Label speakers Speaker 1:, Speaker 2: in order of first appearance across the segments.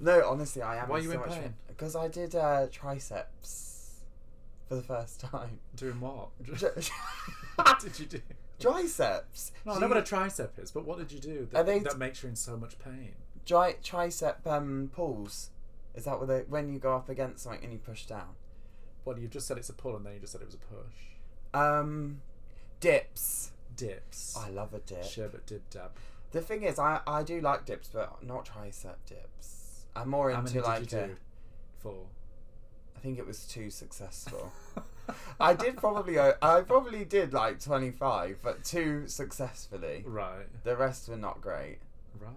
Speaker 1: No, honestly, I am.
Speaker 2: Why
Speaker 1: in
Speaker 2: you
Speaker 1: so
Speaker 2: in
Speaker 1: much
Speaker 2: pain?
Speaker 1: Because I did uh, triceps for the first time.
Speaker 2: Doing what?
Speaker 1: Dri-
Speaker 2: what did you do?
Speaker 1: triceps.
Speaker 2: No, I
Speaker 1: So
Speaker 2: know what
Speaker 1: you-
Speaker 2: a tricep is, but what did you do
Speaker 1: Are
Speaker 2: that,
Speaker 1: they
Speaker 2: that
Speaker 1: t-
Speaker 2: makes you in so much pain?
Speaker 1: Dri- tricep um, pulls. Is that what they, when you go up against something and you push down?
Speaker 2: Well, you just said it's a pull, and then you just said it was a push.
Speaker 1: Um, dips.
Speaker 2: Dips.
Speaker 1: I love a dip.
Speaker 2: Sherbet did dab.
Speaker 1: The thing is, I, I do like dips, but not tricep dips. I'm more
Speaker 2: How many
Speaker 1: into like
Speaker 2: did you
Speaker 1: a-
Speaker 2: do? Four.
Speaker 1: I think it was too successful. I did probably o- I probably did like 25, but two successfully.
Speaker 2: Right.
Speaker 1: The rest were not great.
Speaker 2: Right.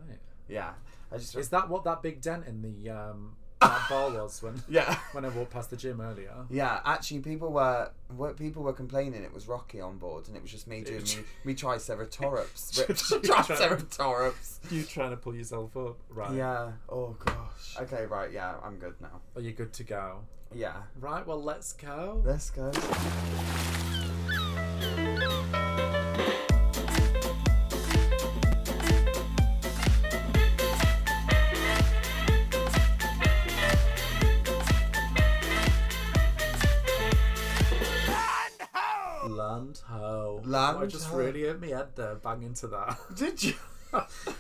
Speaker 1: Yeah, I just
Speaker 2: Is that what that big dent in the um that bar was when
Speaker 1: yeah
Speaker 2: when I walked past the gym earlier?
Speaker 1: yeah. Actually, people were what people were complaining it was rocky on board, and it was just me doing
Speaker 2: was
Speaker 1: me, me triceratops, which
Speaker 2: You tried-
Speaker 1: triceratops.
Speaker 2: You trying to pull yourself up. Right.
Speaker 1: Yeah. Oh gosh. Okay. Right. Yeah. I'm good now.
Speaker 2: Are you good to go?
Speaker 1: Yeah.
Speaker 2: Right, well let's go.
Speaker 1: Let's go.
Speaker 2: Land ho.
Speaker 1: Land
Speaker 2: Oh, it just
Speaker 1: ho.
Speaker 2: really hit me head there, banging to that.
Speaker 1: Did you?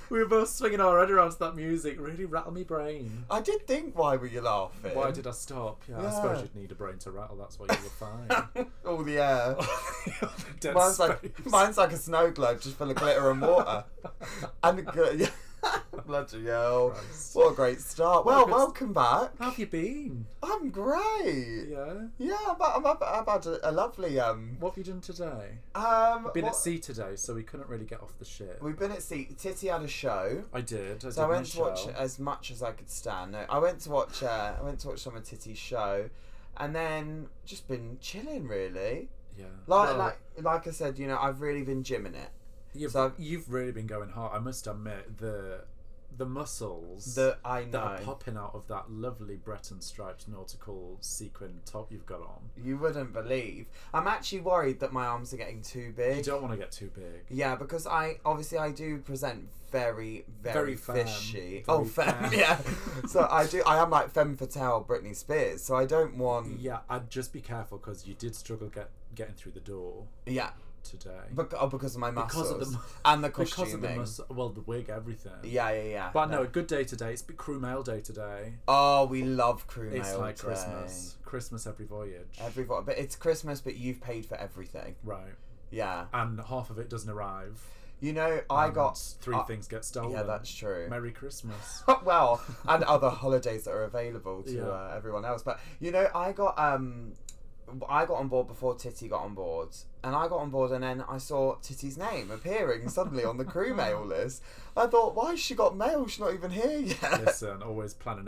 Speaker 2: we were both swinging our head around to that music. Really rattled me brain.
Speaker 1: I did think. Why were you laughing?
Speaker 2: Why did I stop? Yeah, I
Speaker 1: Yeah.
Speaker 2: suppose you'd need a brain to rattle. That's why you were fine.
Speaker 1: all the air?
Speaker 2: Dead
Speaker 1: mine's
Speaker 2: space.
Speaker 1: like mine's like a snow globe just full of glitter and water. and gl- bloody hell!
Speaker 2: Christ.
Speaker 1: What a great start. Well,
Speaker 2: good s-
Speaker 1: welcome back.
Speaker 2: How have you been?
Speaker 1: I'm great.
Speaker 2: Yeah.
Speaker 1: Yeah, I've, had- I've, had- I've had a, a lovely um
Speaker 2: What have you done today?
Speaker 1: um.
Speaker 2: Been
Speaker 1: what-
Speaker 2: at sea today, so we couldn't really get off the ship.
Speaker 1: We've been at sea. Titty had a show.
Speaker 2: I did.
Speaker 1: So
Speaker 2: I
Speaker 1: I
Speaker 2: did my
Speaker 1: went to watch
Speaker 2: show.
Speaker 1: as much as I could stand. No, I went to watch. Uh, I went to watch some of Titty's show, and then just been chilling really.
Speaker 2: Yeah.
Speaker 1: Like
Speaker 2: Well,
Speaker 1: like like I said, you know, I've really been gymming it.
Speaker 2: you've,
Speaker 1: so-
Speaker 2: you've really been going hard. I must admit the the muscles
Speaker 1: That I
Speaker 2: that are
Speaker 1: know
Speaker 2: popping out of that lovely Breton striped nautical sequin top you've got on.
Speaker 1: you wouldn't believe. I'm actually worried that my arms are getting too
Speaker 2: You
Speaker 1: big.
Speaker 2: don't want to get too big.
Speaker 1: Yeah, because I obviously I do present very
Speaker 2: Very
Speaker 1: very,
Speaker 2: femme.
Speaker 1: fishy.
Speaker 2: Very
Speaker 1: oh, femme,
Speaker 2: femme.
Speaker 1: yeah. so I do. I am like femme fatale, Britney Spears. So I don't want.
Speaker 2: Yeah, I'd just be careful because you did struggle get getting through the door
Speaker 1: Yeah,
Speaker 2: today
Speaker 1: bec- oh, because of my muscles
Speaker 2: because of the mu-
Speaker 1: and the costuming.
Speaker 2: because of the muscle. Well, the wig, everything.
Speaker 1: yeah, yeah, yeah.
Speaker 2: But no, a good day today. It's big crew mail day today.
Speaker 1: Oh, we love crew
Speaker 2: It's
Speaker 1: mail
Speaker 2: like
Speaker 1: day.
Speaker 2: Christmas. Christmas every voyage.
Speaker 1: Every vo- but it's Christmas, but you've paid for everything.
Speaker 2: Right.
Speaker 1: Yeah,
Speaker 2: And half of it doesn't arrive.
Speaker 1: you know I
Speaker 2: and
Speaker 1: got
Speaker 2: three
Speaker 1: uh,
Speaker 2: things get stolen.
Speaker 1: Yeah, that's true.
Speaker 2: Merry Christmas.
Speaker 1: well, and other holidays that are available to
Speaker 2: Yeah.
Speaker 1: uh, everyone else. But you know, I got um, I got on board before Titty got on board, and I got on board, and then I saw Titty's name appearing suddenly on the crew mail list. I thought, why has she got mail? She's not even here yet.
Speaker 2: Listen, always planning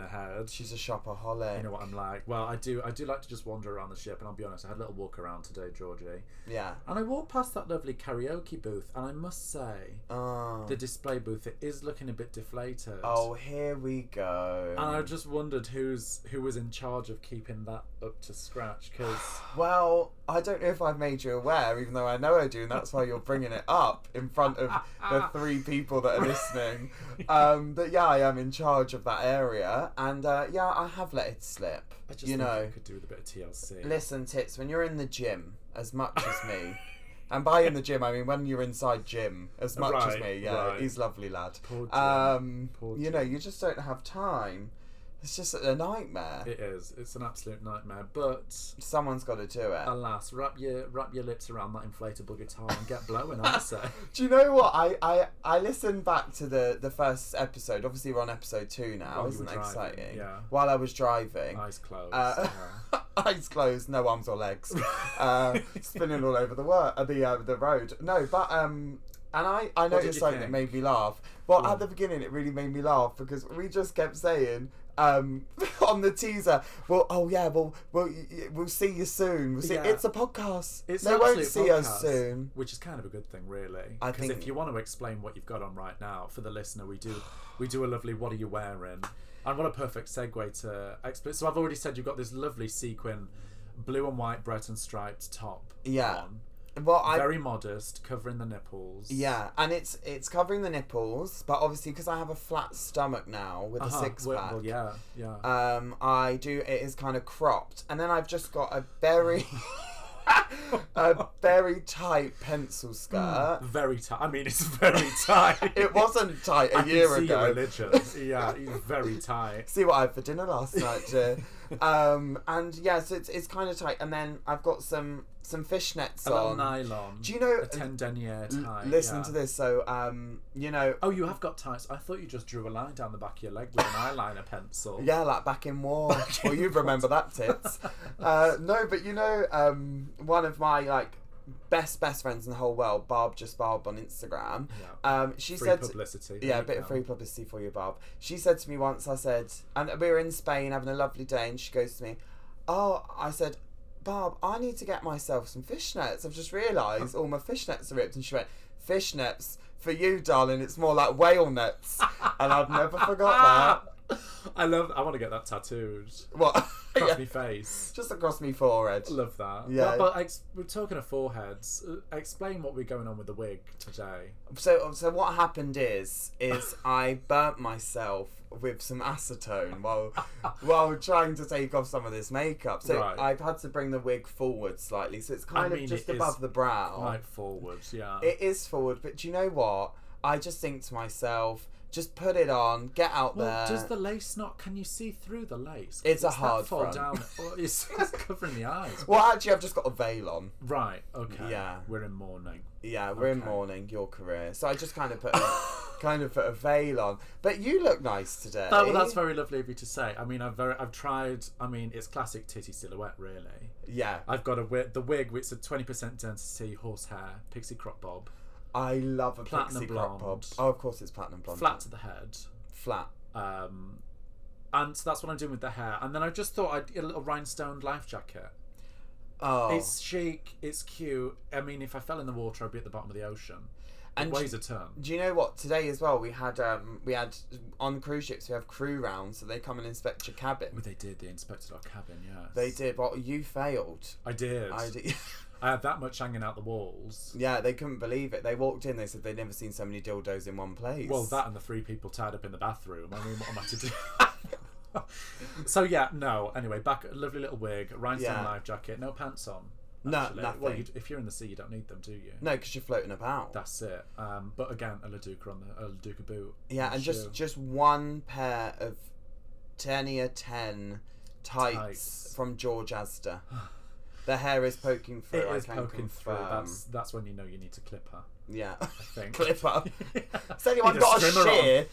Speaker 2: ahead.
Speaker 1: She's a
Speaker 2: You
Speaker 1: shopaholic.
Speaker 2: know what I'm like. Well, I do. I do like to just wander around the ship, and I'll be honest. I had a little walk around today, Georgie,
Speaker 1: Yeah.
Speaker 2: and I walked past that lovely karaoke booth, and I must say,
Speaker 1: Oh.
Speaker 2: the display booth it is looking a bit deflated.
Speaker 1: oh, here we go.
Speaker 2: And I just wondered who's who was in charge of keeping that up to scratch because
Speaker 1: Well, I don't know if I've made you aware, even though I know I do, and that's why you're bringing it up in front of the three people that are listening. Um, but yeah, I am in charge of that area, and uh, yeah, I have let it slip.
Speaker 2: I just
Speaker 1: you
Speaker 2: think
Speaker 1: know,
Speaker 2: it could do with a bit of TLC.
Speaker 1: listen, tits, when you're in the gym as much as me, and by in the gym, I mean when you're inside gym as much as
Speaker 2: Right,
Speaker 1: me. Yeah,
Speaker 2: right.
Speaker 1: he's lovely lad.
Speaker 2: Poor Jim.
Speaker 1: Um,
Speaker 2: Poor
Speaker 1: you know, you just don't have time. It's just a nightmare.
Speaker 2: it is. It's an absolute nightmare. But
Speaker 1: Someone's got to do it.
Speaker 2: alas, wrap your wrap your lips around that inflatable guitar and get blowing. I say.
Speaker 1: Do you know what? I, I, I listened back to the, the first episode. Obviously, we're on episode two now.
Speaker 2: While Oh, you
Speaker 1: Isn't
Speaker 2: were
Speaker 1: that
Speaker 2: driving,
Speaker 1: exciting?
Speaker 2: yeah.
Speaker 1: While I was driving,
Speaker 2: Eyes closed.
Speaker 1: uh,
Speaker 2: yeah.
Speaker 1: eyes closed, no arms or legs, uh, spinning all over the wor- uh, the uh, the road. No, but um, and I I
Speaker 2: did
Speaker 1: noticed
Speaker 2: you
Speaker 1: something
Speaker 2: think?
Speaker 1: that made me laugh. Well,
Speaker 2: Yeah.
Speaker 1: at the beginning, it really made me laugh because we just kept saying. Um, on the teaser, well, oh yeah, well, we'll, y- y- we'll see you soon. We'll see.
Speaker 2: Yeah.
Speaker 1: It's a podcast.
Speaker 2: It's
Speaker 1: they
Speaker 2: an
Speaker 1: won't
Speaker 2: absolute
Speaker 1: see us
Speaker 2: podcast,
Speaker 1: soon.
Speaker 2: which is kind of a good thing, really.
Speaker 1: I
Speaker 2: Because if
Speaker 1: think-
Speaker 2: you want to explain what you've got on right now for the listener, we do we do a lovely "What are you wearing?" and what a perfect segue to explain. So I've already said you've got this lovely sequin, blue and white Breton striped top.
Speaker 1: Yeah.
Speaker 2: on,
Speaker 1: Well, I
Speaker 2: Very modest, covering the nipples.
Speaker 1: yeah, and it's it's covering the nipples, but obviously because I have a flat stomach now with
Speaker 2: Uh-huh.
Speaker 1: a six
Speaker 2: Well,
Speaker 1: pack.
Speaker 2: well, yeah, yeah.
Speaker 1: um, I do. It is kind of cropped, and then I've just got a very, a very tight pencil skirt.
Speaker 2: very tight. I mean, it's very tight.
Speaker 1: It wasn't tight a
Speaker 2: I can
Speaker 1: year
Speaker 2: see
Speaker 1: ago.
Speaker 2: You're religious. yeah, it's very tight.
Speaker 1: See what I had for dinner last night, dear. um, and yeah, so it's it's kind of tight, and then I've got some some fishnets
Speaker 2: A little
Speaker 1: on.
Speaker 2: nylon.
Speaker 1: Do you know-
Speaker 2: a ten denier tie?
Speaker 1: Listen
Speaker 2: Oh, yeah.
Speaker 1: to this. So, um, you know,
Speaker 2: Oh, you have got tights. I thought you just drew a line down the back of your leg with an eyeliner pencil.
Speaker 1: Yeah, like back in war. well, you remember that tits. Uh, no, but you know, um, one of my like best best friends in the whole world, Barb just Barb on Instagram. Um, she
Speaker 2: Free
Speaker 1: said,
Speaker 2: publicity.
Speaker 1: yeah,
Speaker 2: there
Speaker 1: a bit
Speaker 2: you
Speaker 1: of
Speaker 2: go.
Speaker 1: free publicity for you, Barb. She said to me once, I said, and we were in Spain having a lovely day, and she goes to me, oh, I said. Barb, I need to get myself some fishnets. I've just realised all my fishnets are ripped. And she went, Fishnets? For you, darling, it's more like whale nets. and I've never forgot
Speaker 2: Ah! I love. I want to get that tattooed
Speaker 1: that. What?
Speaker 2: across
Speaker 1: Yeah.
Speaker 2: my face.
Speaker 1: Just across me forehead.
Speaker 2: Love that.
Speaker 1: Yeah.
Speaker 2: But, but ex- we're talking of foreheads. Uh, Explain what we're going on with the wig today.
Speaker 1: So, so what happened is, is I burnt myself with some acetone while, while trying to take off some of this makeup. So
Speaker 2: Right.
Speaker 1: I've had to bring the wig forward slightly. So it's kind
Speaker 2: mean,
Speaker 1: of just
Speaker 2: it is
Speaker 1: above the brow.
Speaker 2: Right forwards. Yeah.
Speaker 1: Oh. It is forward, but do you know what? I just think to myself, just put it on, get out
Speaker 2: Well,
Speaker 1: there.
Speaker 2: does the lace not? Can you see through the lace? 'Cause
Speaker 1: uh, It's a
Speaker 2: that
Speaker 1: hard
Speaker 2: far
Speaker 1: front.
Speaker 2: down. Well, it's, it's covering the eyes.
Speaker 1: well, actually, I've just got a veil on.
Speaker 2: Right. Okay.
Speaker 1: Yeah.
Speaker 2: We're in mourning.
Speaker 1: Yeah, we're in
Speaker 2: Okay.
Speaker 1: mourning your career, so I just kind of put a, kind of put a veil on. But you look nice today.
Speaker 2: That, well, that's very lovely of you to say. I mean, I've very, I've tried. I mean, it's classic titty silhouette, really.
Speaker 1: yeah.
Speaker 2: I've got a wig, the wig, which is a twenty percent density, horsehair, pixie crop bob,
Speaker 1: I love a
Speaker 2: Platinum
Speaker 1: pixie crop bob.
Speaker 2: blonde.
Speaker 1: Oh, of course it's platinum blonde.
Speaker 2: flat to the head.
Speaker 1: Flat.
Speaker 2: Um, and so that's what I'm doing with the hair. And then I just thought I'd get a little rhinestone life jacket.
Speaker 1: Oh,
Speaker 2: It's chic. It's cute. I mean, if I fell in the water, I'd be at the bottom of the ocean. It
Speaker 1: and
Speaker 2: weighs a ton.
Speaker 1: do you know what? Today as well, we had um, we had on cruise ships we have crew rounds, so they come and inspect your cabin.
Speaker 2: Well, they did. They inspected our cabin. Yeah.
Speaker 1: They did, but you failed.
Speaker 2: I did.
Speaker 1: I
Speaker 2: I,
Speaker 1: did.
Speaker 2: had that much hanging out the walls.
Speaker 1: yeah, they couldn't believe it. They walked in, they said they'd never seen so many dildos in one place.
Speaker 2: Well, that and the three people tied up in the bathroom. I mean, what am I to do? so yeah, no. Anyway, back lovely little wig, rhinestone
Speaker 1: Yeah.
Speaker 2: life jacket, no pants on.
Speaker 1: No,
Speaker 2: actually. Well,
Speaker 1: nothing.
Speaker 2: you, if you're in the sea, you don't need them, do you?
Speaker 1: no, because you're floating about.
Speaker 2: That's it. Um, but again, a Laduca on the a Laduca boot.
Speaker 1: yeah, and just
Speaker 2: shoe.
Speaker 1: just one pair of tenier ten tights,
Speaker 2: Tights.
Speaker 1: from George Asda. The hair is poking through.
Speaker 2: It
Speaker 1: I
Speaker 2: is
Speaker 1: can
Speaker 2: poking through.
Speaker 1: confirm.
Speaker 2: That's that's when you know you need to clip her.
Speaker 1: Yeah.
Speaker 2: I think.
Speaker 1: Clip up. Has anyone
Speaker 2: anyone
Speaker 1: got a shear?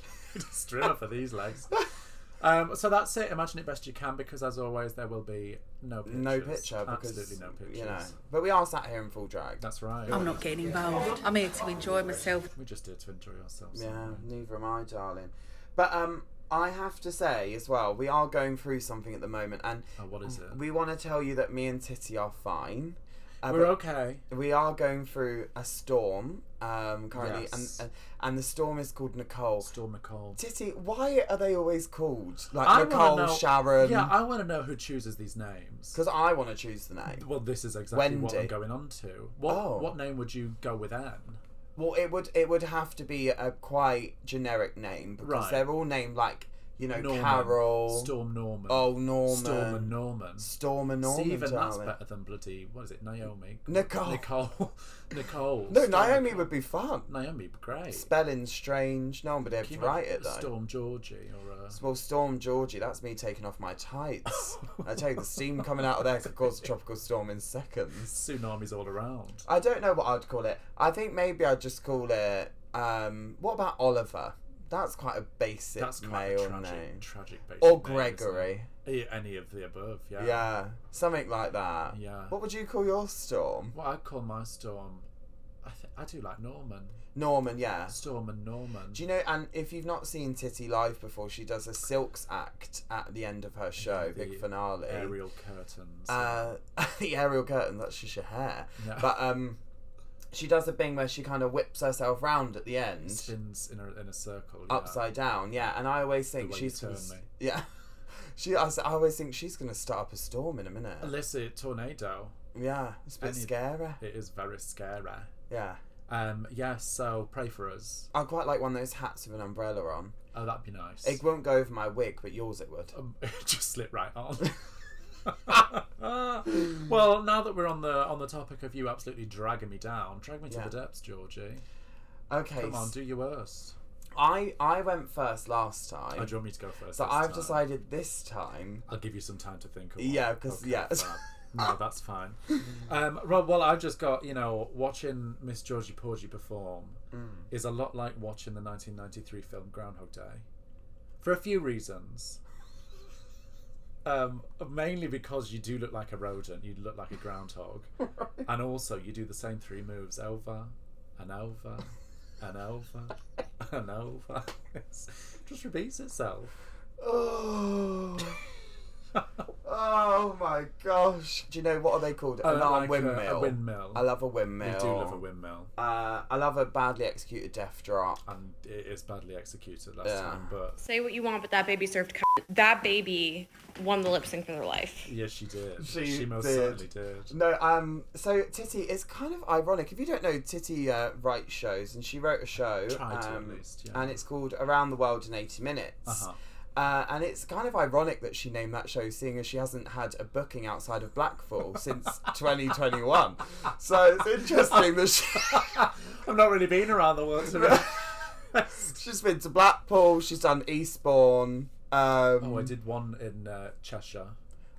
Speaker 2: Strimmer for these legs. Um, so that's it. Imagine it best you can, because as always, there will be no pictures.
Speaker 1: No picture because
Speaker 2: absolutely no pictures.
Speaker 1: You know, but we are sat here in full drag.
Speaker 2: That's right.
Speaker 3: I'm not getting involved. I'm here to enjoy myself.
Speaker 2: We just did to enjoy ourselves.
Speaker 1: yeah,
Speaker 2: aren't we?
Speaker 1: neither am I, darling. But um, I have to say as well, we are going through something at the moment, and
Speaker 2: Oh, what is it?
Speaker 1: we want to tell you that me and Titty are fine. Uh,
Speaker 2: We're
Speaker 1: but
Speaker 2: okay.
Speaker 1: we are going through a storm um, currently,
Speaker 2: Yes.
Speaker 1: and, and and the storm is called Nicole.
Speaker 2: Storm Nicole.
Speaker 1: Titty, why are they always called like
Speaker 2: I wanna
Speaker 1: Nicole,
Speaker 2: know-
Speaker 1: Sharon?
Speaker 2: Yeah, I want to know who chooses these names.
Speaker 1: because I want to choose the name.
Speaker 2: Well, this is exactly what I'm
Speaker 1: Wendy.
Speaker 2: going on to. What
Speaker 1: Oh.
Speaker 2: what name would you go with Anne?
Speaker 1: Well, it would it would have to be a quite generic name because
Speaker 2: Right.
Speaker 1: they're all named like you know
Speaker 2: Norman.
Speaker 1: Carol,
Speaker 2: Storm Norman.
Speaker 1: oh Norman,
Speaker 2: Storm and Norman.
Speaker 1: Storm and Norman,
Speaker 2: See, even that's
Speaker 1: darling.
Speaker 2: better than bloody what is it, Naomi?
Speaker 1: Nicole.
Speaker 2: Nicole. Nicole.
Speaker 1: No,
Speaker 2: Storm
Speaker 1: Naomi
Speaker 2: Nicole.
Speaker 1: would be fun.
Speaker 2: Naomi, great.
Speaker 1: Spelling strange. No one would ever
Speaker 2: Can you
Speaker 1: write
Speaker 2: imagine
Speaker 1: it though.
Speaker 2: Storm Georgie or uh,
Speaker 1: Well, Storm Georgie, that's me taking off my tights. I tell you, the steam coming out of there could cause a tropical storm in seconds.
Speaker 2: tsunamis all around.
Speaker 1: I don't know what I'd call it. I think maybe I'd just call it. Um, what about Oliver? That's quite a basic
Speaker 2: That's quite
Speaker 1: male
Speaker 2: a tragic,
Speaker 1: name.
Speaker 2: tragic basic
Speaker 1: Or
Speaker 2: name, isn't
Speaker 1: Gregory.
Speaker 2: it? Any of the above, yeah.
Speaker 1: Yeah, something like that.
Speaker 2: Yeah.
Speaker 1: What would you call your storm?
Speaker 2: What I'd call my storm, I th- I do like Norman.
Speaker 1: Norman, yeah.
Speaker 2: Storm and Norman.
Speaker 1: Do you know, and if you've not seen Titty live before, she does a silks act at the end of her show,
Speaker 2: the
Speaker 1: big finale.
Speaker 2: Aerial curtains.
Speaker 1: Uh, the aerial curtain, that's just your hair.
Speaker 2: Yeah.
Speaker 1: But um, she does a thing where she kind of whips herself round at the end,
Speaker 2: spins in a, in a circle. yeah.
Speaker 1: upside down, yeah. And I always think
Speaker 2: way you
Speaker 1: she's.
Speaker 2: turn
Speaker 1: gonna s-
Speaker 2: me.
Speaker 1: Yeah. She, I, s- I always think she's going to start up a storm in a minute.
Speaker 2: Unless it's tornado.
Speaker 1: Yeah, it's a bit
Speaker 2: Any-
Speaker 1: scary.
Speaker 2: It is very scary.
Speaker 1: Yeah.
Speaker 2: Um, yeah, so pray for us.
Speaker 1: I quite like one of those hats with an umbrella on.
Speaker 2: Oh, that'd be nice.
Speaker 1: It won't go over my wig, but yours it would.
Speaker 2: um, it just slipped right on. well, now that we're on the on the topic of you absolutely dragging me down, drag me to
Speaker 1: Yeah.
Speaker 2: the depths, Georgie.
Speaker 1: Okay,
Speaker 2: Come on,
Speaker 1: s-
Speaker 2: do your worst.
Speaker 1: I I went first last time,
Speaker 2: Oh, do you want me to go first?
Speaker 1: so
Speaker 2: this
Speaker 1: I've
Speaker 2: time?
Speaker 1: decided this time.
Speaker 2: I'll give you some time to think. Of one.
Speaker 1: Yeah, 'cause- yeah.
Speaker 2: fab. No, that's fine. Um, Rob, well, I've just got you know watching Miss Georgie Porgy perform
Speaker 1: Mm.
Speaker 2: is a lot like watching the 1993 film Groundhog Day, for a few reasons. Um, mainly because you do look like a rodent, you look like a groundhog, and also you do the same three moves over and over and over and over. It's, just repeats itself.
Speaker 1: Oh, oh my gosh! Do you know what are they called? An arm
Speaker 2: like a-
Speaker 1: windmill.
Speaker 2: A, windmill.
Speaker 1: I love a
Speaker 2: I
Speaker 1: windmill.
Speaker 2: do love a windmill,
Speaker 1: Uh, I love a badly executed death drop.
Speaker 2: and it is badly executed last
Speaker 1: Yeah.
Speaker 2: time. But
Speaker 4: Say what you want, but that baby served. c- That baby won the lip sync for their life.
Speaker 2: yes, she did.
Speaker 1: She
Speaker 2: She, most
Speaker 1: did.
Speaker 2: certainly did.
Speaker 1: No, um, so Titty is kind of ironic. If you don't know, Titty uh, writes shows, and she wrote a show,
Speaker 2: Tried to, at
Speaker 1: um,
Speaker 2: least, yeah.
Speaker 1: and it's called Around the World in Eighty Minutes.
Speaker 2: Uh-huh.
Speaker 1: Uh, and it's kind of ironic that she named that show, seeing as she hasn't had a booking outside of Blackpool since 2021. So it's interesting that she,
Speaker 2: I've not really been around the world today.
Speaker 1: she's been to Blackpool, she's done Eastbourne, um,
Speaker 2: oh, I did one in uh, Cheshire.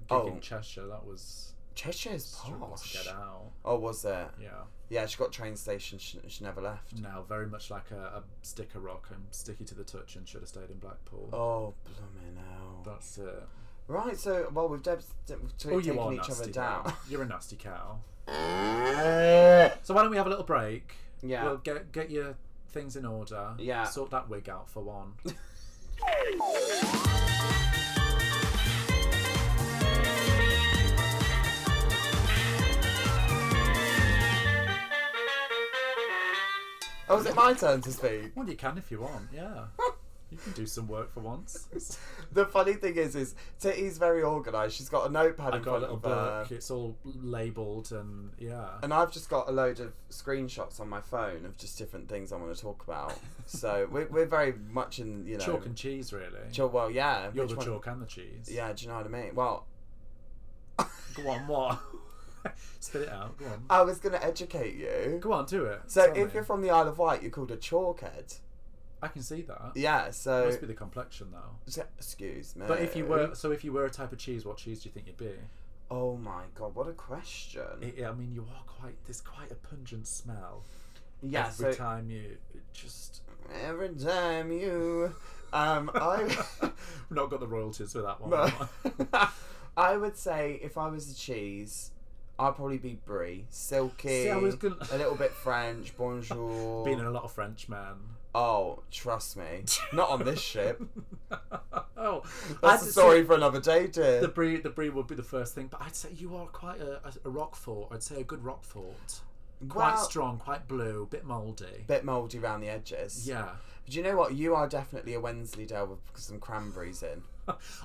Speaker 2: Gig
Speaker 1: Oh.
Speaker 2: in Cheshire. That was
Speaker 1: Cheshire's
Speaker 2: struggle to
Speaker 1: posh.
Speaker 2: get out.
Speaker 1: Oh, was it?
Speaker 2: Yeah. Mm.
Speaker 1: Yeah, she got train station, she, she never left.
Speaker 2: Now, very much like a, a sticker rock. I'm sticky to the touch and should have stayed in Blackpool.
Speaker 1: Oh, blooming hell.
Speaker 2: That's it.
Speaker 1: Right, so well we've, deb- we've t-
Speaker 2: Oh,
Speaker 1: taken
Speaker 2: you are
Speaker 1: each other
Speaker 2: nasty.
Speaker 1: down.
Speaker 2: Cow. You're a nasty cow. So why don't we have a little break?
Speaker 1: Yeah.
Speaker 2: We'll get get your things in order.
Speaker 1: Yeah.
Speaker 2: Sort that wig out for one.
Speaker 1: Oh, is it my turn to speak?
Speaker 2: well, you can if you want. Yeah. You can do some work for once.
Speaker 1: The funny thing is, is Titty's very organised. She's got a notepad
Speaker 2: I
Speaker 1: in
Speaker 2: got a
Speaker 1: front
Speaker 2: little
Speaker 1: of her,
Speaker 2: book. It's all labelled and yeah.
Speaker 1: and I've just got a load of screenshots on my phone of just different things I want to talk about. so we're, we're very much in you know
Speaker 2: Chalk and cheese, really.
Speaker 1: Chalk- well, yeah.
Speaker 2: You're
Speaker 1: which
Speaker 2: the
Speaker 1: one-
Speaker 2: chalk and the cheese.
Speaker 1: Yeah, do you know what I mean? Well,
Speaker 2: Go on, what? Spit it out. Go on.
Speaker 1: I was going to educate you.
Speaker 2: Go on, do it.
Speaker 1: Uh, So
Speaker 2: Tell
Speaker 1: if
Speaker 2: me.
Speaker 1: you're from the Isle of Wight, you're called a chalkhead.
Speaker 2: I can see that.
Speaker 1: Yeah. So
Speaker 2: Must be the complexion though.
Speaker 1: excuse me.
Speaker 2: But if you were, so if you were a type of cheese, what cheese do you think you'd be?
Speaker 1: Oh my god, what a question.
Speaker 2: It, I mean, you are quite. There's quite a pungent smell
Speaker 1: yeah,
Speaker 2: every
Speaker 1: so
Speaker 2: time you it just.
Speaker 1: every time you um I
Speaker 2: I've not got the royalties for that one.
Speaker 1: No. I would say if I was a cheese, I'd probably be brie, silky,
Speaker 2: See, I was gonna-
Speaker 1: a little bit French, bonjour.
Speaker 2: Been in a lot of French men.
Speaker 1: Oh, trust me, not on this ship.
Speaker 2: oh,
Speaker 1: That's
Speaker 2: I'd
Speaker 1: a
Speaker 2: say
Speaker 1: story for another day, dear.
Speaker 2: The brie, the brie would be the first thing, but I'd say you are quite a, a, a rock fort. I'd say a good rock fort. Quite
Speaker 1: Well,
Speaker 2: strong, quite blue, bit mouldy.
Speaker 1: Bit mouldy round the edges.
Speaker 2: yeah.
Speaker 1: Do you know what? You are definitely a Wensleydale with some cranberries in.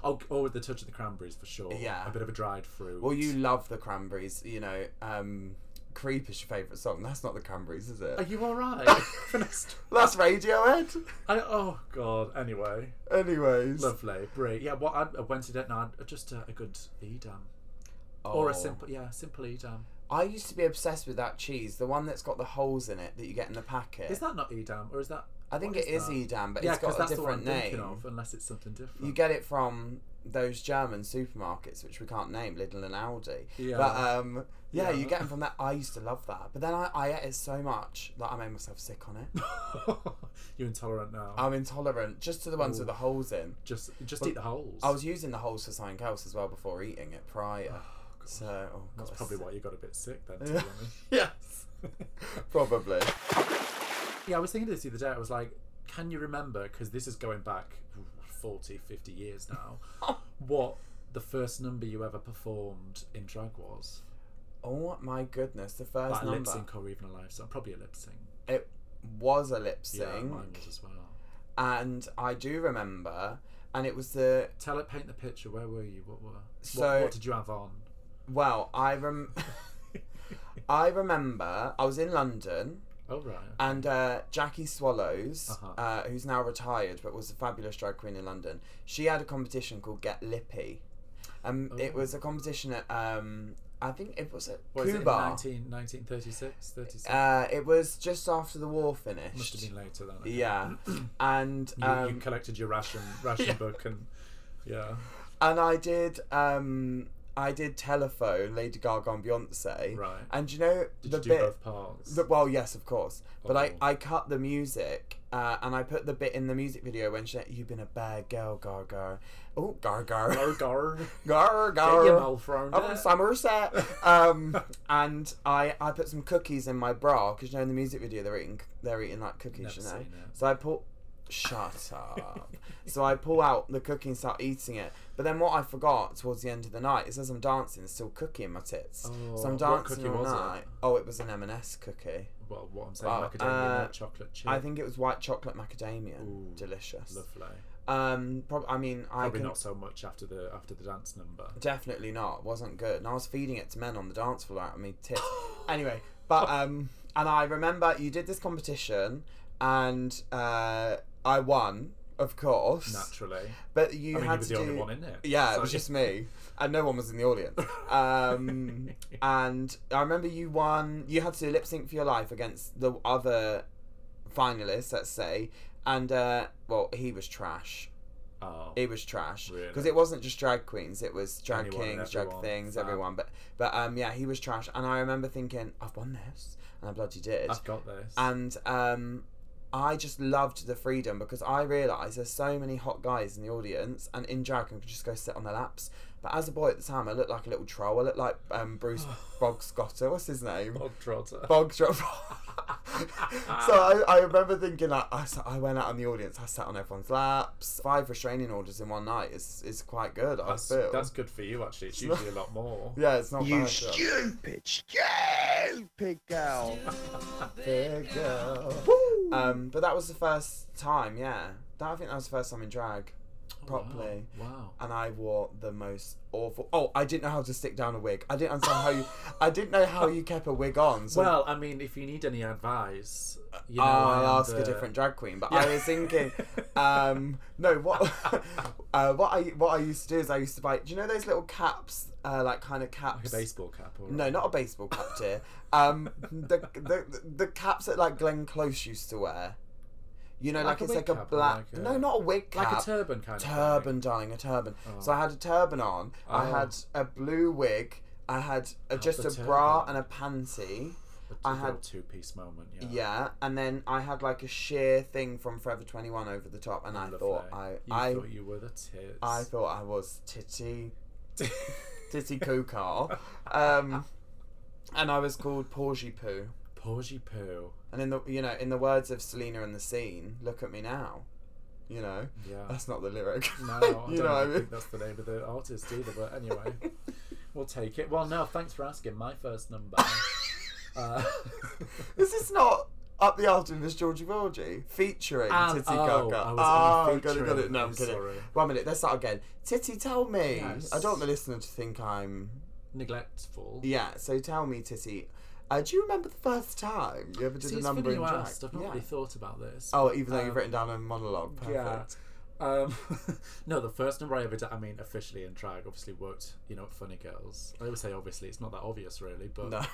Speaker 2: oh, or with the touch of the cranberries for sure.
Speaker 1: Yeah.
Speaker 2: A bit of a dried fruit.
Speaker 1: Well, you love the cranberries, you know. Um, Creep is your favourite song. That's not the cranberries, is
Speaker 2: Are
Speaker 1: it?
Speaker 2: you all right? Finished.
Speaker 1: That's Radiohead.
Speaker 2: I, oh God. Anyway,
Speaker 1: Anyways.
Speaker 2: lovely, brie. Yeah, what I'd, a Wednesday night, no, just a, a good edam or a simple, yeah, simple edam.
Speaker 1: Oh. I used to be obsessed with that cheese, the one that's got the holes in it that you get in the packet.
Speaker 2: Is that not edam or is that?
Speaker 1: I think
Speaker 2: what
Speaker 1: it is
Speaker 2: that?
Speaker 1: Edam, but
Speaker 2: Yeah,
Speaker 1: it's
Speaker 2: because
Speaker 1: got a
Speaker 2: that's the one
Speaker 1: different
Speaker 2: I'm thinking
Speaker 1: name.
Speaker 2: of, unless it's something different.
Speaker 1: You get it from those German supermarkets, which we can't name, Lidl and Aldi.
Speaker 2: Yeah.
Speaker 1: But um, yeah,
Speaker 2: Yeah.
Speaker 1: you get them from that. I used to love that, but then I, I ate it so much that I made myself sick on it.
Speaker 2: You're intolerant now.
Speaker 1: I'm intolerant just to the ones with the holes in.
Speaker 2: just, just eat the holes.
Speaker 1: I was using the holes for something else as well before eating it prior. so oh,
Speaker 2: That's
Speaker 1: God,
Speaker 2: probably
Speaker 1: I-
Speaker 2: why you got a bit sick then. To be honest.
Speaker 1: Yes, probably.
Speaker 2: Yeah, I was thinking this the other day. I was like, can you remember? Because this is going back 40, 50 years now. what the first number you ever performed in drag was?
Speaker 1: Oh my goodness, the first
Speaker 2: Like a lip
Speaker 1: number.
Speaker 2: sync or even a live song? Probably a lip sync.
Speaker 1: It was a lip
Speaker 2: Yeah,
Speaker 1: sync,
Speaker 2: mine was as well.
Speaker 1: and I do remember. And it was the
Speaker 2: Tell it, paint the picture. Where were you? What were?
Speaker 1: So-
Speaker 2: what, what did you have on?
Speaker 1: well. I rem. I remember I was in London
Speaker 2: Oh right.
Speaker 1: and uh, Jackie Swallows,
Speaker 2: Uh-huh.
Speaker 1: uh who's now retired but was a fabulous drag queen in London, she had a competition called Get Lippy. Um, It
Speaker 2: Oh.
Speaker 1: was a competition at, um, I think it was at
Speaker 2: What is it? in
Speaker 1: Cuba.
Speaker 2: 19, 1936? 36?
Speaker 1: Uh, it was just after the war finished.
Speaker 2: Must have been later then. I guess.
Speaker 1: Yeah, and
Speaker 2: You,
Speaker 1: um,
Speaker 2: you collected your ration ration book and yeah.
Speaker 1: and I did um I did telephone Lady Gaga and Beyonce.
Speaker 2: Right.
Speaker 1: And you know
Speaker 2: Did
Speaker 1: the
Speaker 2: you do
Speaker 1: bit.
Speaker 2: both parts?
Speaker 1: the- well, yes, of course. But I,
Speaker 2: Oh.
Speaker 1: I cut the music uh, and I put the bit in the music video when she "You've been a bad girl, Gaga." Oh, Gaga,
Speaker 2: Gar, gar.
Speaker 1: Gaga.
Speaker 2: Get your mouth round
Speaker 1: I'm from
Speaker 2: it.
Speaker 1: Somerset, um, and I, I put some cookies in my bra because you know in the music video they're eating they're eating like cookies, you
Speaker 2: Never
Speaker 1: know.
Speaker 2: seen it.
Speaker 1: So I pull, shut up. so I pull out the cookie and start eating it. But then what I forgot towards the end of the night is as I'm dancing, there's still cookie in my tits. so
Speaker 2: Oh,
Speaker 1: I'm
Speaker 2: what
Speaker 1: dancing
Speaker 2: cookie
Speaker 1: all
Speaker 2: was it?
Speaker 1: night. Oh, it was an M&S cookie.
Speaker 2: Well, what I'm saying,
Speaker 1: Well,
Speaker 2: macadamia
Speaker 1: uh,
Speaker 2: nut chocolate chip.
Speaker 1: I think it was white chocolate macadamia.
Speaker 2: Ooh,
Speaker 1: Delicious.
Speaker 2: lovely.
Speaker 1: Um, prob- I mean, I
Speaker 2: Probably
Speaker 1: can
Speaker 2: not so much after the after the dance number.
Speaker 1: Definitely not. Wasn't good. And I was feeding it to men on the dance floor out of me tits. anyway, but um, and I remember you did this competition, and uh, I won, of course.
Speaker 2: Naturally,
Speaker 1: But you
Speaker 2: I mean, you
Speaker 1: had
Speaker 2: were the
Speaker 1: to
Speaker 2: only
Speaker 1: do-
Speaker 2: one in it.
Speaker 1: Yeah,
Speaker 2: So
Speaker 1: it was
Speaker 2: you-
Speaker 1: just me, and no one was in the audience. Um, and I remember you won. You had to do lip sync for your life against the other finalists, let's say, and uh, well, he was trash.
Speaker 2: Oh,
Speaker 1: It was trash
Speaker 2: Really?
Speaker 1: because it wasn't just drag queens; it was drag
Speaker 2: Anyone and
Speaker 1: kings, drag
Speaker 2: everyone.
Speaker 1: things,
Speaker 2: Fab.
Speaker 1: everyone. But but um, yeah, he was trash, and I remember thinking, "I've won this," and I bloody did.
Speaker 2: I've got this.
Speaker 1: and um, I just loved the freedom because I realised there's so many hot guys in the audience, and in drag, I could just go sit on their laps. But as a boy at the time, I looked like a little troll. I looked like um, Bruce Bogscotter. What's his name?
Speaker 2: Bog trotter.
Speaker 1: Bog drop. so I, I remember thinking like I, sat- I went out in the audience, I sat on everyone's laps. Five restraining orders in one night is is quite good. I
Speaker 2: that's,
Speaker 1: feel.
Speaker 2: that's good for you actually. It's usually a lot more.
Speaker 1: yeah, it's not
Speaker 5: You
Speaker 1: bad. yeah.
Speaker 5: stupid, stupid girl.
Speaker 1: Big girl. Um, but that was the first time. Yeah, that, I think that was the first time in drag,
Speaker 2: Oh,
Speaker 1: properly.
Speaker 2: Wow. wow.
Speaker 1: And I wore the most awful. Oh, I didn't know how to stick down a wig. I didn't understand how you. I didn't know how you kept a wig on. So
Speaker 2: Well, I mean, if you need any advice, you know, I
Speaker 1: Uh, I'll
Speaker 2: am
Speaker 1: ask
Speaker 2: the-
Speaker 1: a different drag queen. But I
Speaker 2: Yeah.
Speaker 1: was thinking, um, no, what, uh, what I what I used to do is I used to buy. Do you know those little caps, uh, like kind of
Speaker 2: Like a
Speaker 1: caps?
Speaker 2: baseball cap. Or
Speaker 1: no, not a baseball cap, dear. Um, the, the the caps that like Glenn Close used to wear. You know, like,
Speaker 2: Like a
Speaker 1: it's
Speaker 2: wig
Speaker 1: like a
Speaker 2: cap or
Speaker 1: black.
Speaker 2: like a-
Speaker 1: no, not a wig cap.
Speaker 2: like a turban kind of
Speaker 1: Turban, darling, a turban. So I had a turban on. I
Speaker 2: Oh.
Speaker 1: had a blue wig. I had a, just a
Speaker 2: the
Speaker 1: bra and
Speaker 2: turban.
Speaker 1: a panty.
Speaker 2: Thing.
Speaker 1: I
Speaker 2: I
Speaker 1: had-
Speaker 2: had two piece moment. Yeah.
Speaker 1: Yeah, and then I had like a sheer thing from Forever Twenty One over the top, and I
Speaker 2: Lovely.
Speaker 1: thought I
Speaker 2: you
Speaker 1: I
Speaker 2: thought you were the tits.
Speaker 1: I thought I was titty titty kukar, um, and I was called Porgy Poo.
Speaker 2: Porgy poo.
Speaker 1: And in the you know in the words of Selena in the scene, look at me now, you know
Speaker 2: Yeah.
Speaker 1: that's not the lyric.
Speaker 2: No, I don't
Speaker 1: you know what I
Speaker 2: think
Speaker 1: mean.
Speaker 2: that's the name of the artist either. But anyway, we'll take it. Well, no, thanks for asking. My first number. uh,
Speaker 1: This is not up the after Miss Georgie Georgie featuring
Speaker 2: Um,
Speaker 1: Titty
Speaker 2: oh,
Speaker 1: Gaga.
Speaker 2: I was
Speaker 1: got
Speaker 2: only
Speaker 1: it, got it.
Speaker 2: featuring.
Speaker 1: No, I'm,
Speaker 2: I'm
Speaker 1: kidding.
Speaker 2: sorry.
Speaker 1: One minute, let's start again. Titty, tell me.
Speaker 2: Yes.
Speaker 1: I don't want the listener to think I'm.
Speaker 2: neglectful.
Speaker 1: Yeah, so tell me, Titty. Uh, do you remember the first time you ever did
Speaker 2: See,
Speaker 1: a
Speaker 2: it's
Speaker 1: number
Speaker 2: funny
Speaker 1: in
Speaker 2: you
Speaker 1: drag?
Speaker 2: asked. I've not
Speaker 1: yeah.
Speaker 2: really thought about this.
Speaker 1: Oh, even though
Speaker 2: Um,
Speaker 1: you've written down a monologue. Perfect.
Speaker 2: Yeah. Um, no, the first number I ever did, I mean, officially in drag, obviously worked, you know, at Funny Girls. I always say obviously, it's not that obvious, really, but.
Speaker 1: No.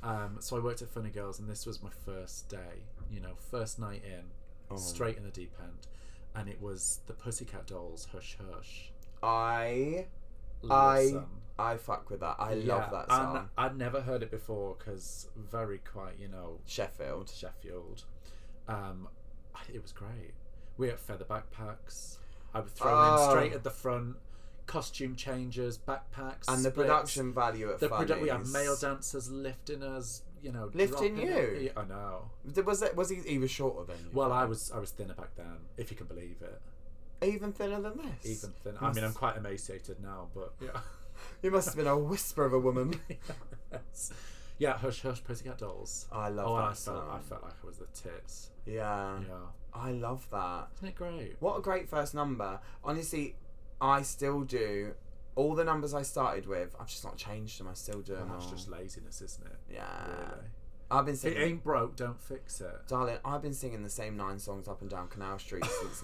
Speaker 2: Um, so I worked at Funny Girls, and this was my first day, you know, first night in,
Speaker 1: Oh.
Speaker 2: straight in the deep end. And it was the Pussycat Dolls, Hush Hush.
Speaker 1: I I
Speaker 2: Listen.
Speaker 1: I fuck with that. I
Speaker 2: Yeah,
Speaker 1: love that
Speaker 2: and
Speaker 1: song.
Speaker 2: I'd never heard it before because very quite, you know,
Speaker 1: Sheffield.
Speaker 2: Sheffield. Um, it was great. We had feather backpacks. I was thrown
Speaker 1: Oh.
Speaker 2: in straight at the front. Costume changes, backpacks,
Speaker 1: And the
Speaker 2: splits.
Speaker 1: production value at
Speaker 2: The
Speaker 1: Funnies.
Speaker 2: produ- we had male dancers lifting us. You know,
Speaker 1: Lifting
Speaker 2: dropping
Speaker 1: you?
Speaker 2: it. I know.
Speaker 1: Was it? Was he? He was shorter than you.
Speaker 2: Well, I was I was thinner back then, if you can believe it.
Speaker 1: even thinner than this.
Speaker 2: Even thinner. I mean, I'm quite emaciated now, but yeah.
Speaker 1: You must have been a whisper of a woman.
Speaker 2: Yes. Yeah, hush, hush, Pussycat Dolls.
Speaker 1: I love
Speaker 2: oh, and
Speaker 1: that
Speaker 2: I felt, I
Speaker 1: song.
Speaker 2: felt like I was the tits.
Speaker 1: Yeah,
Speaker 2: Yeah,
Speaker 1: I love that.
Speaker 2: isn't it great?
Speaker 1: What a great first number. Honestly, I still do all the numbers I started with, I've just not changed them. I still do them.
Speaker 2: That's
Speaker 1: all.
Speaker 2: just laziness, isn't it?
Speaker 1: yeah.
Speaker 2: Really.
Speaker 1: I've been
Speaker 2: If it
Speaker 1: singing,
Speaker 2: ain't broke, don't fix it.
Speaker 1: darling. I've been singing the same nine songs up and down Canal Street since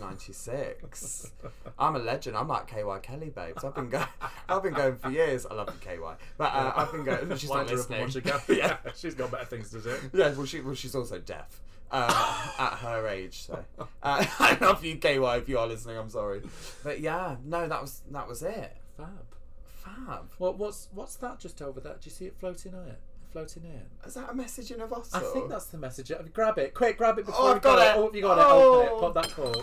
Speaker 1: '96. I'm a legend. I'm like KY Kelly, babes. I've been going. I've been going for years. I love you, KY, but uh, I've been going. She's not
Speaker 2: Wind her up and
Speaker 1: listening.
Speaker 2: watch her go. yeah, she's got better things to do.
Speaker 1: Yeah, well, she, well she's also deaf um, at her age. So uh, I love you, KY, if you are listening. I'm sorry, but yeah, no, that was that was it.
Speaker 2: Fab.
Speaker 1: Fab.
Speaker 2: Well, what's what's that just over there? Do you see it floating in? Floating in.
Speaker 1: Is that a message in a bottle?
Speaker 2: I think that's the message. Uh, Grab it, quick! Grab it before
Speaker 1: I've
Speaker 2: we
Speaker 1: got
Speaker 2: go.
Speaker 1: it.
Speaker 2: Oh, have you got it?
Speaker 1: Oh.
Speaker 2: Open it. Pop that cork.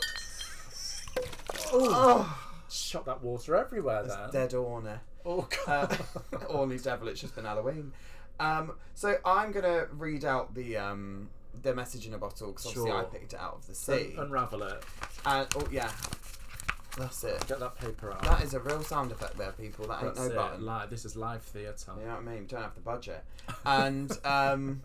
Speaker 1: oh,
Speaker 2: Shot that water everywhere. Then.
Speaker 1: dead Orna.
Speaker 2: Oh
Speaker 1: Uh,
Speaker 2: god.
Speaker 1: Orny's devil. It's just been Halloween. Um, so I'm gonna read out the um, the message in a bottle because obviously I
Speaker 2: Sure.
Speaker 1: picked it out of the sea.
Speaker 2: Unravel it.
Speaker 1: and oh yeah, that's it.
Speaker 2: Get that paper out.
Speaker 1: That is a real sound effect there, people. That ain't
Speaker 2: That's
Speaker 1: no
Speaker 2: it.
Speaker 1: button.
Speaker 2: Live. This is live theatre.
Speaker 1: You know what I mean? Don't have the budget. And um,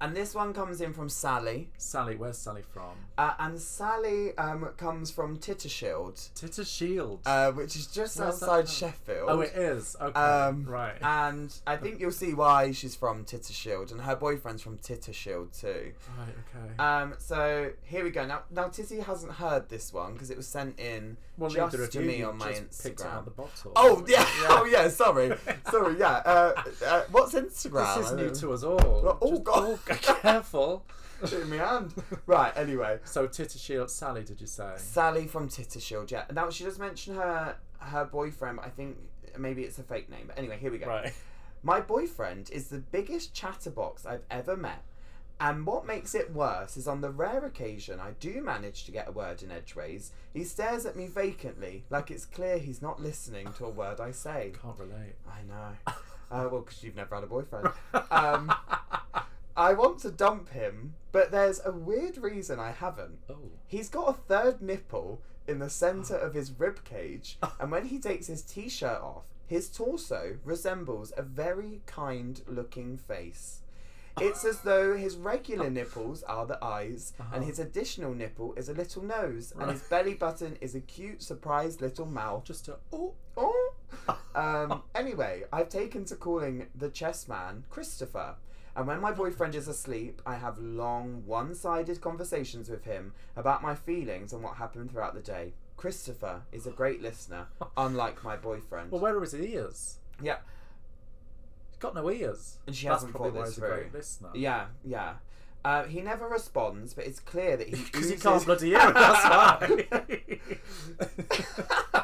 Speaker 1: and this one comes in from Sally,
Speaker 2: Sally, where's Sally from?
Speaker 1: uh, and Sally um, comes from Tittershield,
Speaker 2: Titter Shield.
Speaker 1: uh, which is just
Speaker 2: Where's that
Speaker 1: outside
Speaker 2: from?
Speaker 1: Sheffield.
Speaker 2: oh, uh, it is. Okay.
Speaker 1: Um,
Speaker 2: right.
Speaker 1: And I think you'll see why she's from Tittershield, and her boyfriend's from Tittershield too.
Speaker 2: right. Okay.
Speaker 1: Um, so here we go. Now, now Titty hasn't heard this one because it was sent in
Speaker 2: well,
Speaker 1: just
Speaker 2: neither of
Speaker 1: to
Speaker 2: you.
Speaker 1: me
Speaker 2: you
Speaker 1: on my
Speaker 2: just picked it out of
Speaker 1: Instagram.
Speaker 2: the bottle.
Speaker 1: Oh yeah. Oh yeah. Sorry. sorry. Yeah. Uh, uh, what's Instagram?
Speaker 2: This is
Speaker 1: I
Speaker 2: new
Speaker 1: don't-
Speaker 2: to us all.
Speaker 1: Well, oh,
Speaker 2: Just-
Speaker 1: God.
Speaker 2: careful.
Speaker 1: in my hand. Right, anyway.
Speaker 2: So Titter Shield, Sally, did you say?
Speaker 1: Sally from Tittershield, yeah. Now she does mention her her boyfriend, but I think maybe it's a fake name. But anyway, here we go.
Speaker 2: Right.
Speaker 1: My boyfriend is the biggest chatterbox I've ever met. And what makes it worse is on the rare occasion I do manage to get a word in edgeways, he stares at me vacantly, like it's clear he's not listening to a word I say.
Speaker 2: Can't relate.
Speaker 1: I know. Uh, well, because you've never had a boyfriend. Um, I want to dump him, but there's a weird reason I haven't.
Speaker 2: Oh.
Speaker 1: He's got a third nipple in the center of his rib cage, and when he takes his t-shirt off, his torso resembles a very kind-looking face. It's as though his regular nipples are the eyes, and his additional nipple is a little nose, and his belly button is a cute, surprised little mouth.
Speaker 2: Just a oh.
Speaker 1: Oh. Um, anyway, I've taken to calling the chess man Christopher. And when my boyfriend is asleep, I have long, one sided conversations with him about my feelings and what happened throughout the day. Christopher is a great listener, unlike my boyfriend.
Speaker 2: Well, where are his ears?
Speaker 1: yeah,
Speaker 2: He's got no ears.
Speaker 1: And she
Speaker 2: That's
Speaker 1: hasn't
Speaker 2: probably
Speaker 1: thought
Speaker 2: why
Speaker 1: this
Speaker 2: he's a great
Speaker 1: through.
Speaker 2: listener.
Speaker 1: yeah, yeah. Uh, he never responds, but it's clear that he
Speaker 2: Because he
Speaker 1: oozes-
Speaker 2: can't bloody hear it, that's why. oh,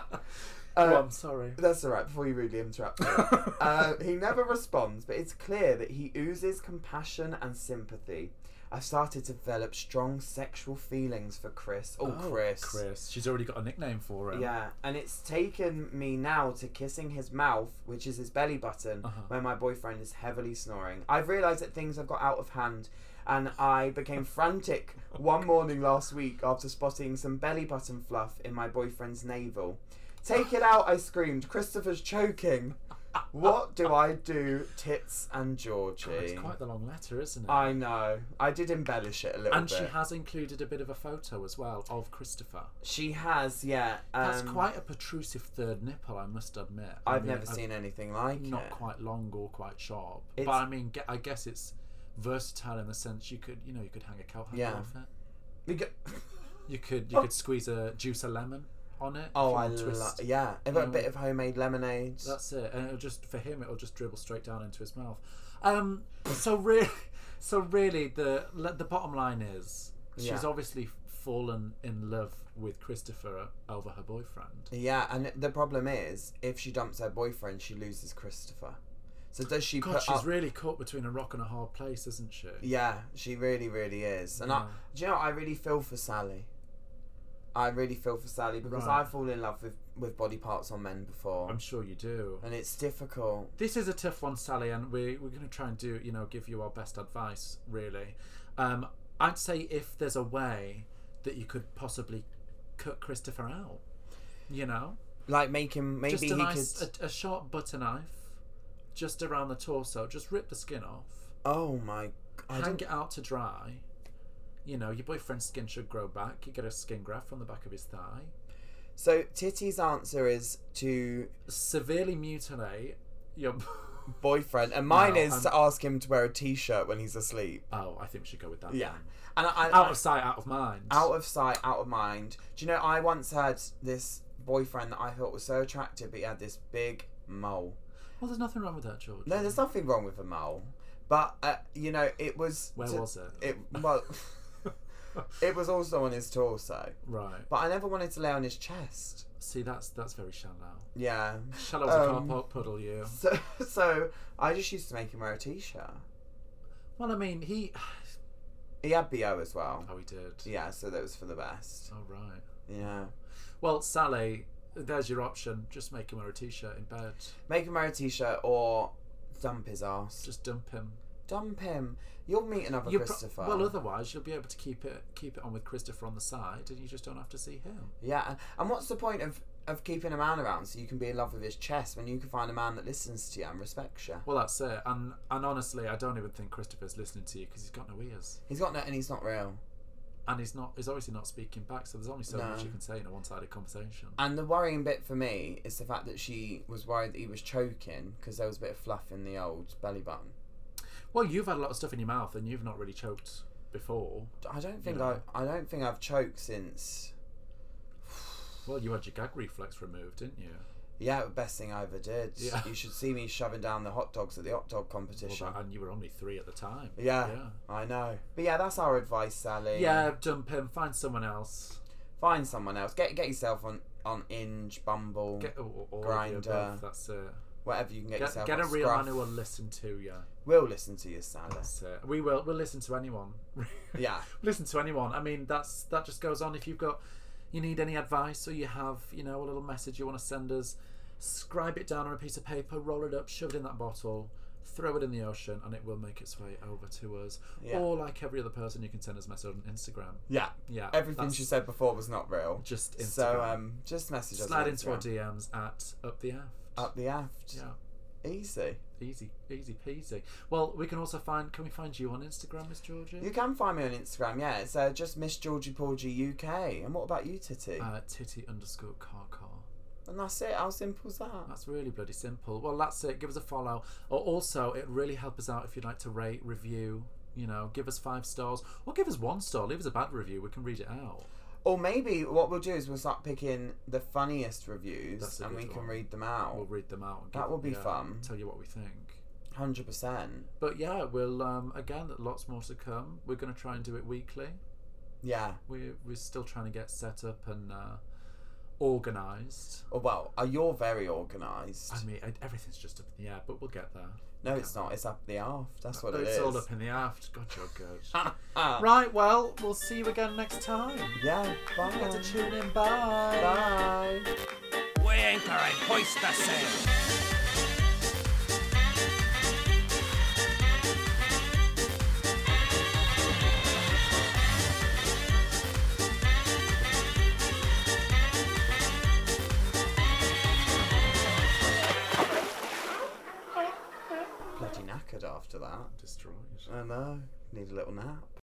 Speaker 1: Uh,
Speaker 2: I'm sorry.
Speaker 1: That's all right. Before you rudely interrupt me, uh, he never responds, but it's clear that he oozes compassion and sympathy. I've started to develop strong sexual feelings for Chris. Oh, Chris.
Speaker 2: Chris. She's already got a nickname for him.
Speaker 1: Yeah, and it's taken me now to kissing his mouth, which is his belly button,
Speaker 2: Uh-huh.
Speaker 1: where my boyfriend is heavily snoring. I've realised that things have got out of hand, and I became frantic one morning last week after spotting some belly button fluff in my boyfriend's navel. Take it out, I screamed. Christopher's choking. What do I do, Tits and Georgie?
Speaker 2: It's quite the long letter, isn't it?
Speaker 1: I know. I did embellish it a little
Speaker 2: and
Speaker 1: bit.
Speaker 2: she has included a bit of a photo as well of Christopher.
Speaker 1: She has, yeah. Um,
Speaker 2: That's quite a protrusive third nipple, I must admit. I
Speaker 1: I've
Speaker 2: mean,
Speaker 1: never
Speaker 2: a-
Speaker 1: seen anything like
Speaker 2: Not
Speaker 1: it.
Speaker 2: quite long or quite sharp, but
Speaker 1: It's-
Speaker 2: I mean, ge- I guess it's versatile in the sense you could, you know, you could hang a coat hanger
Speaker 1: Yeah.
Speaker 2: off it.
Speaker 1: We go-
Speaker 2: You could, you could squeeze a juice a lemon on it. if
Speaker 1: Oh,
Speaker 2: you
Speaker 1: I
Speaker 2: want to
Speaker 1: love
Speaker 2: twist.
Speaker 1: yeah. I've got a
Speaker 2: Mm.
Speaker 1: bit of homemade lemonade.
Speaker 2: That's it, and it'll just for him, it'll just dribble straight down into his mouth. Um, so really, so really, the le- the bottom line is she's
Speaker 1: Yeah.
Speaker 2: obviously fallen in love with Christopher uh, over her boyfriend.
Speaker 1: Yeah, and the problem is, if she dumps her boyfriend, she loses Christopher. So does she
Speaker 2: God,
Speaker 1: put
Speaker 2: she's
Speaker 1: up?
Speaker 2: really caught between a rock and a hard place, isn't she?
Speaker 1: yeah, she really, really is. And I,
Speaker 2: Yeah.
Speaker 1: do you know, I really feel for Sally. I really feel for Sally because
Speaker 2: Right.
Speaker 1: I fall in love with with body parts on men before,
Speaker 2: I'm sure you do.
Speaker 1: and it's difficult.
Speaker 2: This is a tough one, Sally, and we we're going to try and do you know give you our best advice. Really, um, I'd say if there's a way that you could possibly cut Christopher out, you know.
Speaker 1: Like make him maybe
Speaker 2: just
Speaker 1: he
Speaker 2: a nice
Speaker 1: could.
Speaker 2: a, a sharp butter knife just around the torso just rip the skin off
Speaker 1: oh my! g- I
Speaker 2: hang
Speaker 1: don't.
Speaker 2: it out to dry you know your boyfriend's skin should grow back you get a skin graft from the back of his thigh
Speaker 1: So Titty's answer is to
Speaker 2: Severely mutilate your.
Speaker 1: boyfriend, and mine
Speaker 2: No,
Speaker 1: is
Speaker 2: I'm-
Speaker 1: to ask him to wear a t-shirt when he's asleep.
Speaker 2: oh, I think we should go with that.
Speaker 1: Yeah,
Speaker 2: then.
Speaker 1: and I, I,
Speaker 2: Out of sight, out of mind.
Speaker 1: out of sight, out of mind. Do you know? I once had this boyfriend that I thought was so attractive, but he had this big mole.
Speaker 2: Well, there's nothing wrong with that, George.
Speaker 1: No, there's nothing wrong with a mole, but uh, you know, it was.
Speaker 2: Where
Speaker 1: to-
Speaker 2: was it?
Speaker 1: It well, it was also on his torso,
Speaker 2: Right.
Speaker 1: but I never wanted to lay on his chest.
Speaker 2: See, that's that's very shallow.
Speaker 1: Yeah.
Speaker 2: Shallow as a car
Speaker 1: Um,
Speaker 2: park puddle, you.
Speaker 1: So, so I just used to make him wear a t-shirt.
Speaker 2: Well, I mean, he.
Speaker 1: He had bo as well.
Speaker 2: Oh, he did.
Speaker 1: Yeah, so that was for the best.
Speaker 2: Oh, right.
Speaker 1: Yeah.
Speaker 2: Well, Sally, there's your option. Just make him wear a t-shirt in bed.
Speaker 1: Make him wear a t-shirt or dump his ass.
Speaker 2: Just dump him.
Speaker 1: dump him. You'll meet another
Speaker 2: You pro-
Speaker 1: Christopher.
Speaker 2: well, otherwise you'll be able to keep it keep it on with Christopher on the side, and you just don't have to see him.
Speaker 1: yeah. And what's the point of of keeping a man around so you can be in love with his chest when you can find a man that listens to you and respects you?
Speaker 2: Well, that's it. And and honestly, I don't even think Christopher's listening to you because he's got no ears,
Speaker 1: He's got no, and he's not real.
Speaker 2: and he's not he's obviously not speaking back. So there's only so
Speaker 1: No.
Speaker 2: much you can say in a one-sided conversation.
Speaker 1: And the worrying bit for me is the fact that she was worried that he was choking because there was a bit of fluff in the old belly button.
Speaker 2: Well, you've had a lot of stuff in your mouth, and you've not really choked before.
Speaker 1: I don't think
Speaker 2: Yeah.
Speaker 1: I, I don't think I've choked since.
Speaker 2: Well, you had your gag reflex removed, didn't you?
Speaker 1: Yeah, the best thing I ever did.
Speaker 2: Yeah.
Speaker 1: You should see me shoving down the hot dogs at the hot dog
Speaker 2: Well,
Speaker 1: competition.
Speaker 2: that- and you were only three at the time.
Speaker 1: yeah,
Speaker 2: Yeah.
Speaker 1: I know. But yeah, that's our advice, Sally.
Speaker 2: Yeah, dump him. Find someone else.
Speaker 1: find someone else. Get get yourself on on Inge, Bumble,
Speaker 2: Get or, or
Speaker 1: Grinder.
Speaker 2: Grinder. That's it.
Speaker 1: whatever you can get,
Speaker 2: Get,
Speaker 1: yourself.
Speaker 2: get a
Speaker 1: on.
Speaker 2: real
Speaker 1: Scruff.
Speaker 2: man who will listen to you.
Speaker 1: We'll listen to you, Sally.
Speaker 2: That's it. We will. We'll listen to anyone.
Speaker 1: Yeah.
Speaker 2: listen to anyone. I mean, that's that just goes on. If you've got, you need any advice or you have, you know, a little message you want to send us, scribe it down on a piece of paper, roll it up, shove it in that bottle, throw it in the ocean, and it will make its way over to us.
Speaker 1: Yeah.
Speaker 2: Or like every other person, you can send us a message on Instagram.
Speaker 1: Yeah.
Speaker 2: Yeah,
Speaker 1: Everything
Speaker 2: that's
Speaker 1: she said before was not real.
Speaker 2: Just Instagram.
Speaker 1: So um, just message us.
Speaker 2: slide
Speaker 1: on
Speaker 2: into our
Speaker 1: Instagram.
Speaker 2: DMs at up the aft.
Speaker 1: up the aft.
Speaker 2: yeah.
Speaker 1: Easy.
Speaker 2: Easy, easy peasy. Well, we can also find. Can we find you on Instagram, Miss Georgia?
Speaker 1: You can find me on Instagram. Yeah, it's uh, just Miss Georgie Porgy UK. And what about you, Titty?
Speaker 2: Uh, titty underscore car car.
Speaker 1: and that's it. How simple's that?
Speaker 2: That's really bloody simple. Well, that's it. Give us a follow. Or also, it really help us out if you'd like to rate, review. You know, give us five stars or give us one star. Leave us a bad review. We can read it out.
Speaker 1: Or maybe what we'll do is we'll start picking the funniest reviews,
Speaker 2: That's a
Speaker 1: and we
Speaker 2: good
Speaker 1: can
Speaker 2: one.
Speaker 1: read them out.
Speaker 2: We'll read them out. and
Speaker 1: That would be
Speaker 2: yeah,
Speaker 1: fun.
Speaker 2: Tell you what we think.
Speaker 1: Hundred percent.
Speaker 2: But yeah, we'll um, again lots more to come. We're going to try and do it weekly.
Speaker 1: Yeah.
Speaker 2: We're we're still trying to get set up and uh, organised.
Speaker 1: Oh, well, uh, you're very organised.
Speaker 2: I mean, I- everything's just up in the air, but we'll get there.
Speaker 1: No, it's not. It's up the aft. That's what
Speaker 2: it's
Speaker 1: it is.
Speaker 2: all up in the aft. God, you're good.
Speaker 1: Ah.
Speaker 2: right. Well, we'll see you again next time.
Speaker 1: Yeah. Bye.
Speaker 2: Get to tune in. Bye.
Speaker 1: Bye.
Speaker 6: We ain't I hoist the sail.
Speaker 1: Bloody knackered after that.
Speaker 2: Destroyed.
Speaker 1: I know. Need a little nap.